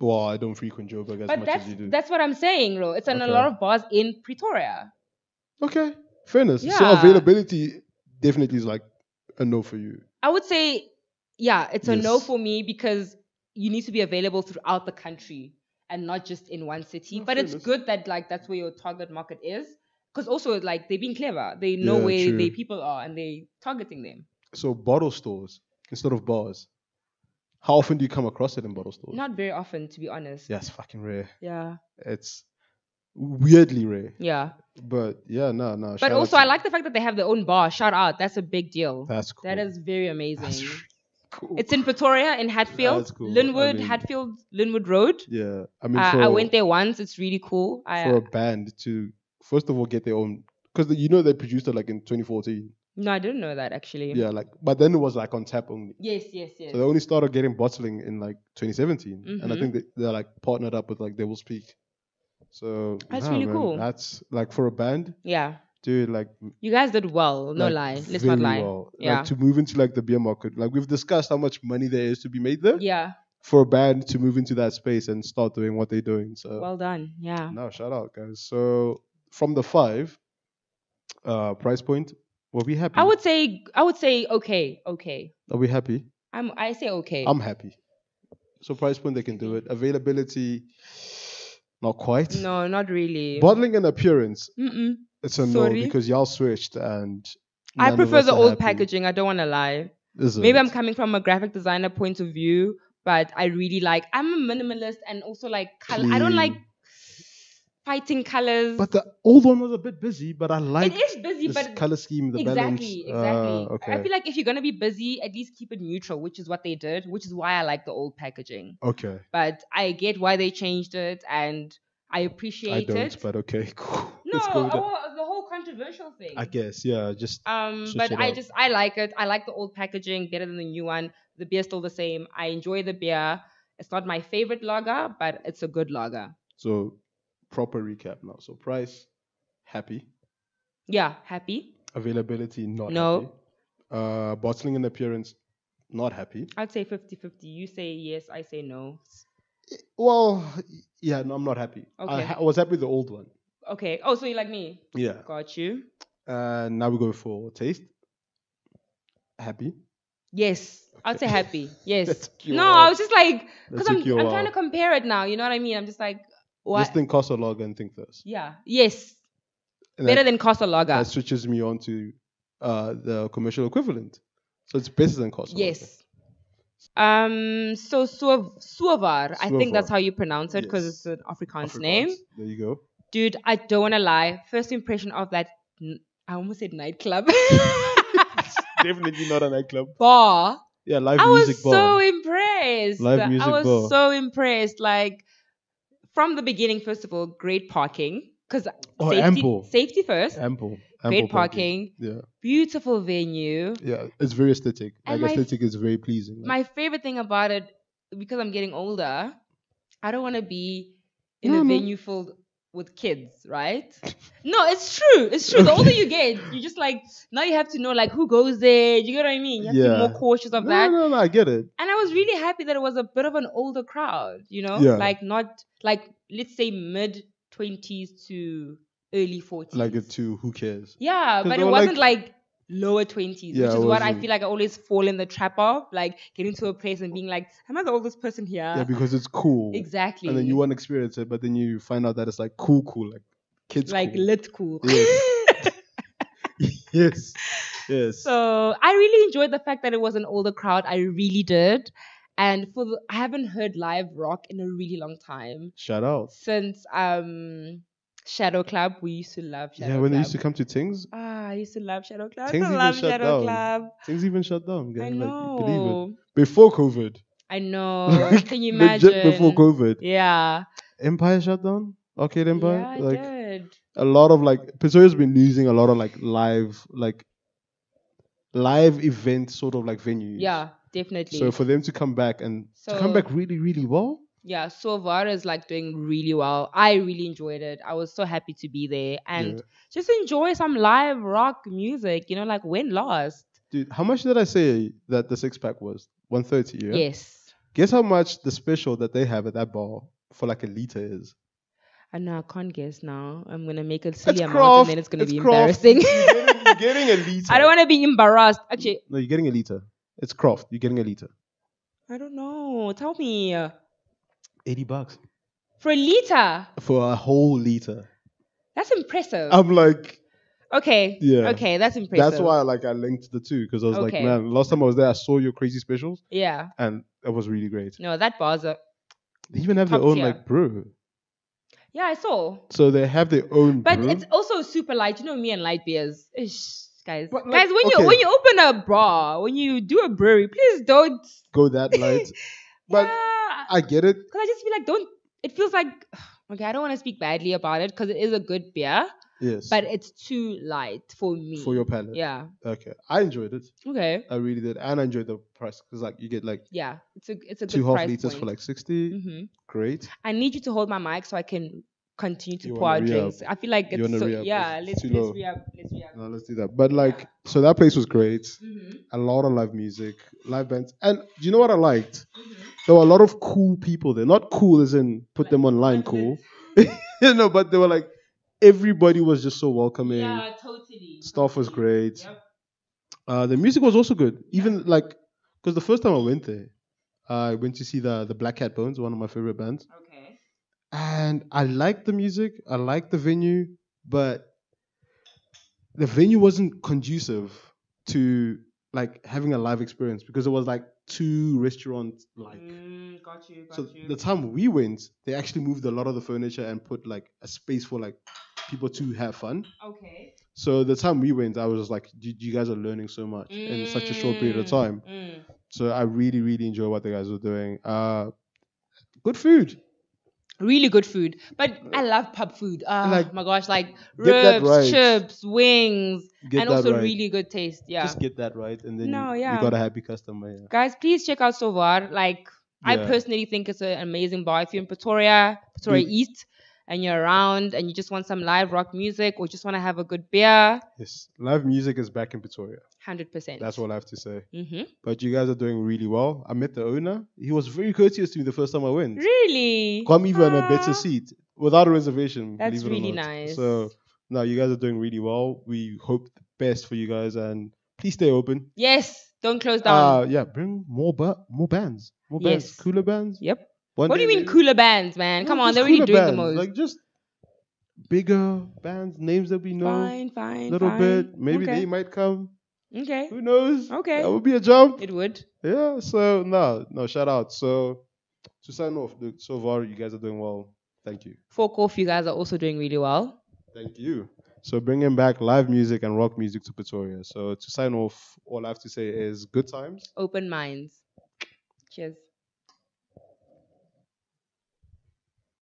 [SPEAKER 2] Well, I don't frequent Joburg as
[SPEAKER 1] but
[SPEAKER 2] much
[SPEAKER 1] that's
[SPEAKER 2] as you do.
[SPEAKER 1] that's what I'm saying, bro. It's in a
[SPEAKER 2] Okay.
[SPEAKER 1] lot of bars in Pretoria.
[SPEAKER 2] okay, fairness. So
[SPEAKER 1] Yeah.
[SPEAKER 2] availability definitely is like a no for you.
[SPEAKER 1] I would say, yeah, it's a no
[SPEAKER 2] Yes.
[SPEAKER 1] for me because you need to be available throughout the country and not just in one city.
[SPEAKER 2] No,
[SPEAKER 1] but it's
[SPEAKER 2] fairness.
[SPEAKER 1] good that like that's where your target market is because also like they've been clever. They know
[SPEAKER 2] Yeah,
[SPEAKER 1] where
[SPEAKER 2] true.
[SPEAKER 1] their people are and they targeting them.
[SPEAKER 2] So bottle stores instead of bars. How often do you come across it in bottle stores?
[SPEAKER 1] Not very often, to be honest.
[SPEAKER 2] Yeah, it's fucking rare.
[SPEAKER 1] Yeah,
[SPEAKER 2] It's weirdly rare.
[SPEAKER 1] yeah.
[SPEAKER 2] But yeah, no, no.
[SPEAKER 1] But also, I like the fact that they have their own bar. Shout out, that's a big deal.
[SPEAKER 2] That's cool.
[SPEAKER 1] That is very amazing.
[SPEAKER 2] That's really cool.
[SPEAKER 1] It's in Pretoria, in Hatfield,
[SPEAKER 2] That's cool. I
[SPEAKER 1] Linwood,
[SPEAKER 2] mean-
[SPEAKER 1] Hatfield, Linwood Road.
[SPEAKER 2] yeah, I mean,
[SPEAKER 1] Uh,
[SPEAKER 2] for,
[SPEAKER 1] I went there once. It's really cool. I,
[SPEAKER 2] for a band to first of all get their own because you know they produced it like in 2014.
[SPEAKER 1] no, I didn't know that actually.
[SPEAKER 2] Yeah, like but then it was like on tap only.
[SPEAKER 1] Yes, yes, yes.
[SPEAKER 2] So they only started getting bottling in like 2017, and I
[SPEAKER 1] Mhm.
[SPEAKER 2] think they, they're like partnered up with like They Will Speak. So
[SPEAKER 1] That's
[SPEAKER 2] nah,
[SPEAKER 1] really
[SPEAKER 2] man,
[SPEAKER 1] cool.
[SPEAKER 2] That's like for a band,
[SPEAKER 1] yeah,
[SPEAKER 2] dude. Like
[SPEAKER 1] you guys did well. No
[SPEAKER 2] like,
[SPEAKER 1] lie. Let's not
[SPEAKER 2] very
[SPEAKER 1] lie.
[SPEAKER 2] well.
[SPEAKER 1] Yeah.
[SPEAKER 2] Like to move into like the beer market, like we've discussed how much money there is to be made there
[SPEAKER 1] Yeah,
[SPEAKER 2] for a band to move into that space and start doing what they're doing. So
[SPEAKER 1] well done. Yeah.
[SPEAKER 2] No, shout out, guys. So from the five, uh, price point, were we happy?
[SPEAKER 1] I would say I would say okay, okay.
[SPEAKER 2] Are we happy?
[SPEAKER 1] I'm I say okay.
[SPEAKER 2] I'm happy. So price point, they can do it. Availability, not quite.
[SPEAKER 1] no, not really.
[SPEAKER 2] Bottling and appearance,
[SPEAKER 1] Mm-mm.
[SPEAKER 2] it's a
[SPEAKER 1] Sorry.
[SPEAKER 2] no because y'all switched and.
[SPEAKER 1] I
[SPEAKER 2] none of
[SPEAKER 1] prefer
[SPEAKER 2] us
[SPEAKER 1] the
[SPEAKER 2] are
[SPEAKER 1] old
[SPEAKER 2] happy.
[SPEAKER 1] packaging. I don't want to lie.
[SPEAKER 2] Is
[SPEAKER 1] Maybe
[SPEAKER 2] it?
[SPEAKER 1] I'm coming from a graphic designer point of view, but I really like. I'm a minimalist and also like color. I don't
[SPEAKER 2] Clean.
[SPEAKER 1] like fighting colors.
[SPEAKER 2] But the old one was a bit busy, but I like
[SPEAKER 1] it is busy,
[SPEAKER 2] this
[SPEAKER 1] but
[SPEAKER 2] color scheme, the balance.
[SPEAKER 1] exactly, exactly.
[SPEAKER 2] Ah, okay.
[SPEAKER 1] I feel like if you're gonna be busy, at least keep it neutral, which is what they did, which is why I like the old packaging.
[SPEAKER 2] okay.
[SPEAKER 1] But I get why they changed it, and I appreciate
[SPEAKER 2] I don't,
[SPEAKER 1] it.
[SPEAKER 2] but okay. Cool.
[SPEAKER 1] no,
[SPEAKER 2] Let's go with that.
[SPEAKER 1] well, the whole controversial thing.
[SPEAKER 2] I guess, yeah. Just
[SPEAKER 1] Um,
[SPEAKER 2] Switch
[SPEAKER 1] but
[SPEAKER 2] it
[SPEAKER 1] I
[SPEAKER 2] up.
[SPEAKER 1] just I like it. I like the old packaging better than the new one. The beer's still the same. I enjoy the beer. It's not my favorite lager, but it's a good lager.
[SPEAKER 2] so proper recap now. So price, happy.
[SPEAKER 1] Yeah, happy.
[SPEAKER 2] Availability, not
[SPEAKER 1] No.
[SPEAKER 2] happy. Uh, bottling and appearance, not happy.
[SPEAKER 1] I'd say 50-50. You say yes, I say no.
[SPEAKER 2] Well, yeah, no, I'm not happy. I,
[SPEAKER 1] Okay.
[SPEAKER 2] ha- I was happy with the old one.
[SPEAKER 1] Okay. Oh, so you like me?
[SPEAKER 2] Yeah.
[SPEAKER 1] Got you.
[SPEAKER 2] Uh, now we go for taste. Happy.
[SPEAKER 1] Yes, I'd say
[SPEAKER 2] Okay.
[SPEAKER 1] happy. Yes.
[SPEAKER 2] That took you a
[SPEAKER 1] no,
[SPEAKER 2] while.
[SPEAKER 1] I was just like
[SPEAKER 2] That
[SPEAKER 1] because
[SPEAKER 2] took
[SPEAKER 1] I'm
[SPEAKER 2] you a
[SPEAKER 1] I'm trying to
[SPEAKER 2] while.
[SPEAKER 1] compare it now. You know what I mean? I'm just like what?
[SPEAKER 2] Just think Costa Lager and think this.
[SPEAKER 1] yeah. Yes.
[SPEAKER 2] And
[SPEAKER 1] better
[SPEAKER 2] that,
[SPEAKER 1] than Costa Lager.
[SPEAKER 2] that switches me on to uh, the commercial equivalent. So it's better than Costa Lager.
[SPEAKER 1] Yes. Um. So Suav- Suavar, I think that's
[SPEAKER 2] Suavar.
[SPEAKER 1] how you pronounce it because
[SPEAKER 2] Yes.
[SPEAKER 1] it's an Afrikaans,
[SPEAKER 2] Afrikaans.
[SPEAKER 1] name.
[SPEAKER 2] There you go.
[SPEAKER 1] Dude, I don't want to lie. First impression of that, n- I almost said nightclub
[SPEAKER 2] Definitely not a nightclub.
[SPEAKER 1] bar.
[SPEAKER 2] Yeah, live
[SPEAKER 1] I was
[SPEAKER 2] music bar.
[SPEAKER 1] so impressed.
[SPEAKER 2] Live
[SPEAKER 1] I
[SPEAKER 2] music
[SPEAKER 1] was
[SPEAKER 2] bar.
[SPEAKER 1] so impressed. Like from the beginning, first of all, great parking because
[SPEAKER 2] Oh,
[SPEAKER 1] safety,
[SPEAKER 2] ample.
[SPEAKER 1] safety first.
[SPEAKER 2] ample. ample
[SPEAKER 1] great parking.
[SPEAKER 2] Yeah,
[SPEAKER 1] Beautiful venue.
[SPEAKER 2] yeah. It's very aesthetic.
[SPEAKER 1] And
[SPEAKER 2] like
[SPEAKER 1] my-
[SPEAKER 2] aesthetic is very pleasing. Like,
[SPEAKER 1] my favorite thing about it because I'm getting older, I don't want to be in
[SPEAKER 2] No,
[SPEAKER 1] a
[SPEAKER 2] no.
[SPEAKER 1] venue filled with kids, right? no, it's true. It's true. The older you get, you just like now you have to know like who goes there. You get what I mean? You have to be
[SPEAKER 2] Yeah.
[SPEAKER 1] more cautious of
[SPEAKER 2] no,
[SPEAKER 1] that.
[SPEAKER 2] no, no. I get it.
[SPEAKER 1] And I was really happy that it was a bit of an older crowd, you know?
[SPEAKER 2] Yeah.
[SPEAKER 1] Like not like let's say mid twenties to early forties.
[SPEAKER 2] Like it too. Who cares?
[SPEAKER 1] Yeah,
[SPEAKER 2] 'Cause
[SPEAKER 1] but
[SPEAKER 2] they
[SPEAKER 1] it
[SPEAKER 2] were
[SPEAKER 1] wasn't like, lower 20s,
[SPEAKER 2] Yeah,
[SPEAKER 1] which
[SPEAKER 2] it
[SPEAKER 1] is what I
[SPEAKER 2] wasn't.
[SPEAKER 1] feel like I always fall in the trap of, like getting to a place and being like, am I the oldest person here?
[SPEAKER 2] yeah, because it's cool.
[SPEAKER 1] Uh, exactly.
[SPEAKER 2] And then you want to experience it, but then you find out that it's like cool, cool, like kids.
[SPEAKER 1] like
[SPEAKER 2] cool.
[SPEAKER 1] lit cool.
[SPEAKER 2] yes, yes.
[SPEAKER 1] so I really enjoyed the fact that it was an older crowd. I really did. And for the, I haven't heard live rock in a really long time
[SPEAKER 2] Shout out.
[SPEAKER 1] since um Shadow Club. We used to love Shadow
[SPEAKER 2] yeah,
[SPEAKER 1] Club.
[SPEAKER 2] when they used to come to Things,
[SPEAKER 1] ah, I used to love Shadow Club.
[SPEAKER 2] Things
[SPEAKER 1] I
[SPEAKER 2] even
[SPEAKER 1] love
[SPEAKER 2] shut
[SPEAKER 1] Shadow
[SPEAKER 2] down.
[SPEAKER 1] Club.
[SPEAKER 2] Things even shut down.
[SPEAKER 1] I
[SPEAKER 2] Gang.
[SPEAKER 1] know.
[SPEAKER 2] Like, you believe it. Before COVID.
[SPEAKER 1] I know.
[SPEAKER 2] Like,
[SPEAKER 1] Can you imagine?
[SPEAKER 2] Legit before COVID.
[SPEAKER 1] Yeah.
[SPEAKER 2] Empire shut down. Arcade Empire.
[SPEAKER 1] Yeah, I
[SPEAKER 2] like
[SPEAKER 1] did.
[SPEAKER 2] a lot of like Pretoria's been losing a lot of like live like live event sort of like venues.
[SPEAKER 1] Yeah, definitely.
[SPEAKER 2] So for them to come back and to come
[SPEAKER 1] So-
[SPEAKER 2] back really really well.
[SPEAKER 1] yeah, so Vara is like doing really well. I really enjoyed it. I was so happy to be there and
[SPEAKER 2] Yeah.
[SPEAKER 1] just enjoy some live rock music, you know, like when last.
[SPEAKER 2] Dude, how much did I say that the six pack was? 130, yeah?
[SPEAKER 1] Yes.
[SPEAKER 2] Guess how much the special that they have at that bar for like a liter is?
[SPEAKER 1] I know I can't guess now. I'm gonna make a silly amount
[SPEAKER 2] craft.
[SPEAKER 1] and then it's gonna
[SPEAKER 2] It's
[SPEAKER 1] be
[SPEAKER 2] craft.
[SPEAKER 1] embarrassing.
[SPEAKER 2] You're getting, you're getting a liter.
[SPEAKER 1] I don't wanna be embarrassed. Actually,
[SPEAKER 2] No, you're getting a liter. It's Croft. You're getting a liter.
[SPEAKER 1] I don't know. Tell me.
[SPEAKER 2] 80 bucks.
[SPEAKER 1] For a liter.
[SPEAKER 2] For a whole liter.
[SPEAKER 1] That's impressive.
[SPEAKER 2] I'm like,
[SPEAKER 1] okay.
[SPEAKER 2] Oh, Yeah.
[SPEAKER 1] Okay, that's impressive.
[SPEAKER 2] that's why like I linked the two because I was like,
[SPEAKER 1] Okay.
[SPEAKER 2] man, last time I was there, I saw your crazy specials
[SPEAKER 1] Yeah.
[SPEAKER 2] and that was really great.
[SPEAKER 1] No, that bar's a
[SPEAKER 2] They even have their
[SPEAKER 1] Top
[SPEAKER 2] own
[SPEAKER 1] tier.
[SPEAKER 2] like brew.
[SPEAKER 1] Yeah, I saw.
[SPEAKER 2] So they have their own
[SPEAKER 1] But
[SPEAKER 2] brew.
[SPEAKER 1] it's also super light. You know me and light beers. Ish, guys.
[SPEAKER 2] But, like,
[SPEAKER 1] guys, when
[SPEAKER 2] okay.
[SPEAKER 1] you when you open a bar, when you do a brewery, please don't
[SPEAKER 2] Go that light. but
[SPEAKER 1] yeah.
[SPEAKER 2] I get it.
[SPEAKER 1] Cause I just feel like don't it feels like okay, I don't want to speak badly about it because it is a good beer,
[SPEAKER 2] Yes.
[SPEAKER 1] but it's too light for me.
[SPEAKER 2] for your palate.
[SPEAKER 1] Yeah.
[SPEAKER 2] Okay. I enjoyed it.
[SPEAKER 1] Okay.
[SPEAKER 2] I really did. And I enjoyed the price because like you get like
[SPEAKER 1] Yeah. It's a it's a
[SPEAKER 2] two
[SPEAKER 1] good
[SPEAKER 2] half
[SPEAKER 1] price
[SPEAKER 2] liters
[SPEAKER 1] point.
[SPEAKER 2] for like 60.
[SPEAKER 1] hmm
[SPEAKER 2] Great.
[SPEAKER 1] I need you to hold my mic so I can continue to
[SPEAKER 2] You
[SPEAKER 1] pour
[SPEAKER 2] wanna
[SPEAKER 1] out
[SPEAKER 2] re-up.
[SPEAKER 1] drinks. I feel like
[SPEAKER 2] You
[SPEAKER 1] it's
[SPEAKER 2] wanna
[SPEAKER 1] so,
[SPEAKER 2] re-up.
[SPEAKER 1] yeah,
[SPEAKER 2] It's
[SPEAKER 1] let's
[SPEAKER 2] too
[SPEAKER 1] let's
[SPEAKER 2] low.
[SPEAKER 1] re up let's re up.
[SPEAKER 2] No, let's do that. But like, so that place was great.
[SPEAKER 1] hmm
[SPEAKER 2] A lot of live music, live bands. And do you know what I liked? There were a lot of cool people there. Not cool as in put them online cool. you know, but they were like, everybody was just so welcoming.
[SPEAKER 1] Yeah, totally.
[SPEAKER 2] Stuff was
[SPEAKER 1] totally.
[SPEAKER 2] great.
[SPEAKER 1] Yep.
[SPEAKER 2] Uh, the music was also good. Even like, because the first time I went there, I went to see the, the Black Cat Bones, one of my favorite bands.
[SPEAKER 1] Okay.
[SPEAKER 2] And I liked the music, I liked the venue, but the venue wasn't conducive to like having a live experience because it was like two restaurant like.
[SPEAKER 1] Mm, got you. Got
[SPEAKER 2] So
[SPEAKER 1] you.
[SPEAKER 2] the time we went, they actually moved a lot of the furniture and put like a space for like people to have fun.
[SPEAKER 1] okay.
[SPEAKER 2] So the time we went, I was just like, "You- you guys are learning so much in such a short period of
[SPEAKER 1] Mm,
[SPEAKER 2] time.
[SPEAKER 1] mm.
[SPEAKER 2] So I really, really enjoy what the guys were doing. Uh, good food.
[SPEAKER 1] Really good food, but I love pub food. Oh
[SPEAKER 2] Uh, Like,
[SPEAKER 1] my gosh, like
[SPEAKER 2] that
[SPEAKER 1] ribs,
[SPEAKER 2] right.
[SPEAKER 1] chips, wings,
[SPEAKER 2] Get
[SPEAKER 1] and
[SPEAKER 2] that
[SPEAKER 1] also
[SPEAKER 2] right.
[SPEAKER 1] really good taste. Yeah,
[SPEAKER 2] Just get that right, and then
[SPEAKER 1] No,
[SPEAKER 2] you,
[SPEAKER 1] yeah.
[SPEAKER 2] you got a happy customer. Yeah.
[SPEAKER 1] guys, please check out Sovar. Like I
[SPEAKER 2] Yeah.
[SPEAKER 1] personally think it's an amazing bar. If you're in Pretoria, Pretoria
[SPEAKER 2] Dude.
[SPEAKER 1] East, and you're around and you just want some live rock music or just want to have a good beer,
[SPEAKER 2] Yes, live music is back in Pretoria.
[SPEAKER 1] hundred percent.
[SPEAKER 2] That's all I have to say.
[SPEAKER 1] hmm
[SPEAKER 2] But you guys are doing really well. I met the owner. He was very courteous to me the first time I went.
[SPEAKER 1] Really?
[SPEAKER 2] Got me even a
[SPEAKER 1] Ah.
[SPEAKER 2] better seat without a reservation.
[SPEAKER 1] That's
[SPEAKER 2] believe it or
[SPEAKER 1] really
[SPEAKER 2] not.
[SPEAKER 1] nice.
[SPEAKER 2] So now you guys are doing really well. We hope the best for you guys, and please stay open.
[SPEAKER 1] Yes. Don't close down.
[SPEAKER 2] Uh, yeah, bring more ba- more bands, more bands,
[SPEAKER 1] Yes.
[SPEAKER 2] cooler bands.
[SPEAKER 1] yep.
[SPEAKER 2] One
[SPEAKER 1] What do you
[SPEAKER 2] day
[SPEAKER 1] mean
[SPEAKER 2] maybe.
[SPEAKER 1] cooler bands, man?
[SPEAKER 2] Ah, No,
[SPEAKER 1] Come on,
[SPEAKER 2] just
[SPEAKER 1] they're really
[SPEAKER 2] cooler
[SPEAKER 1] doing the
[SPEAKER 2] bands,
[SPEAKER 1] most.
[SPEAKER 2] Like just bigger bands, names that we know,
[SPEAKER 1] fine, fine.
[SPEAKER 2] little
[SPEAKER 1] fine.
[SPEAKER 2] bit. Maybe
[SPEAKER 1] okay.
[SPEAKER 2] they might come.
[SPEAKER 1] Okay.
[SPEAKER 2] Who knows?
[SPEAKER 1] Okay.
[SPEAKER 2] that would be a jump.
[SPEAKER 1] It would.
[SPEAKER 2] Yeah, so no, no, shout out. So to sign off, look, so far you guys are doing well. Thank you.
[SPEAKER 1] Fork off, you guys are also doing really well.
[SPEAKER 2] Thank you. So bringing back live music and rock music to Pretoria. So to sign off, all I have to say is good times.
[SPEAKER 1] Open minds. Cheers.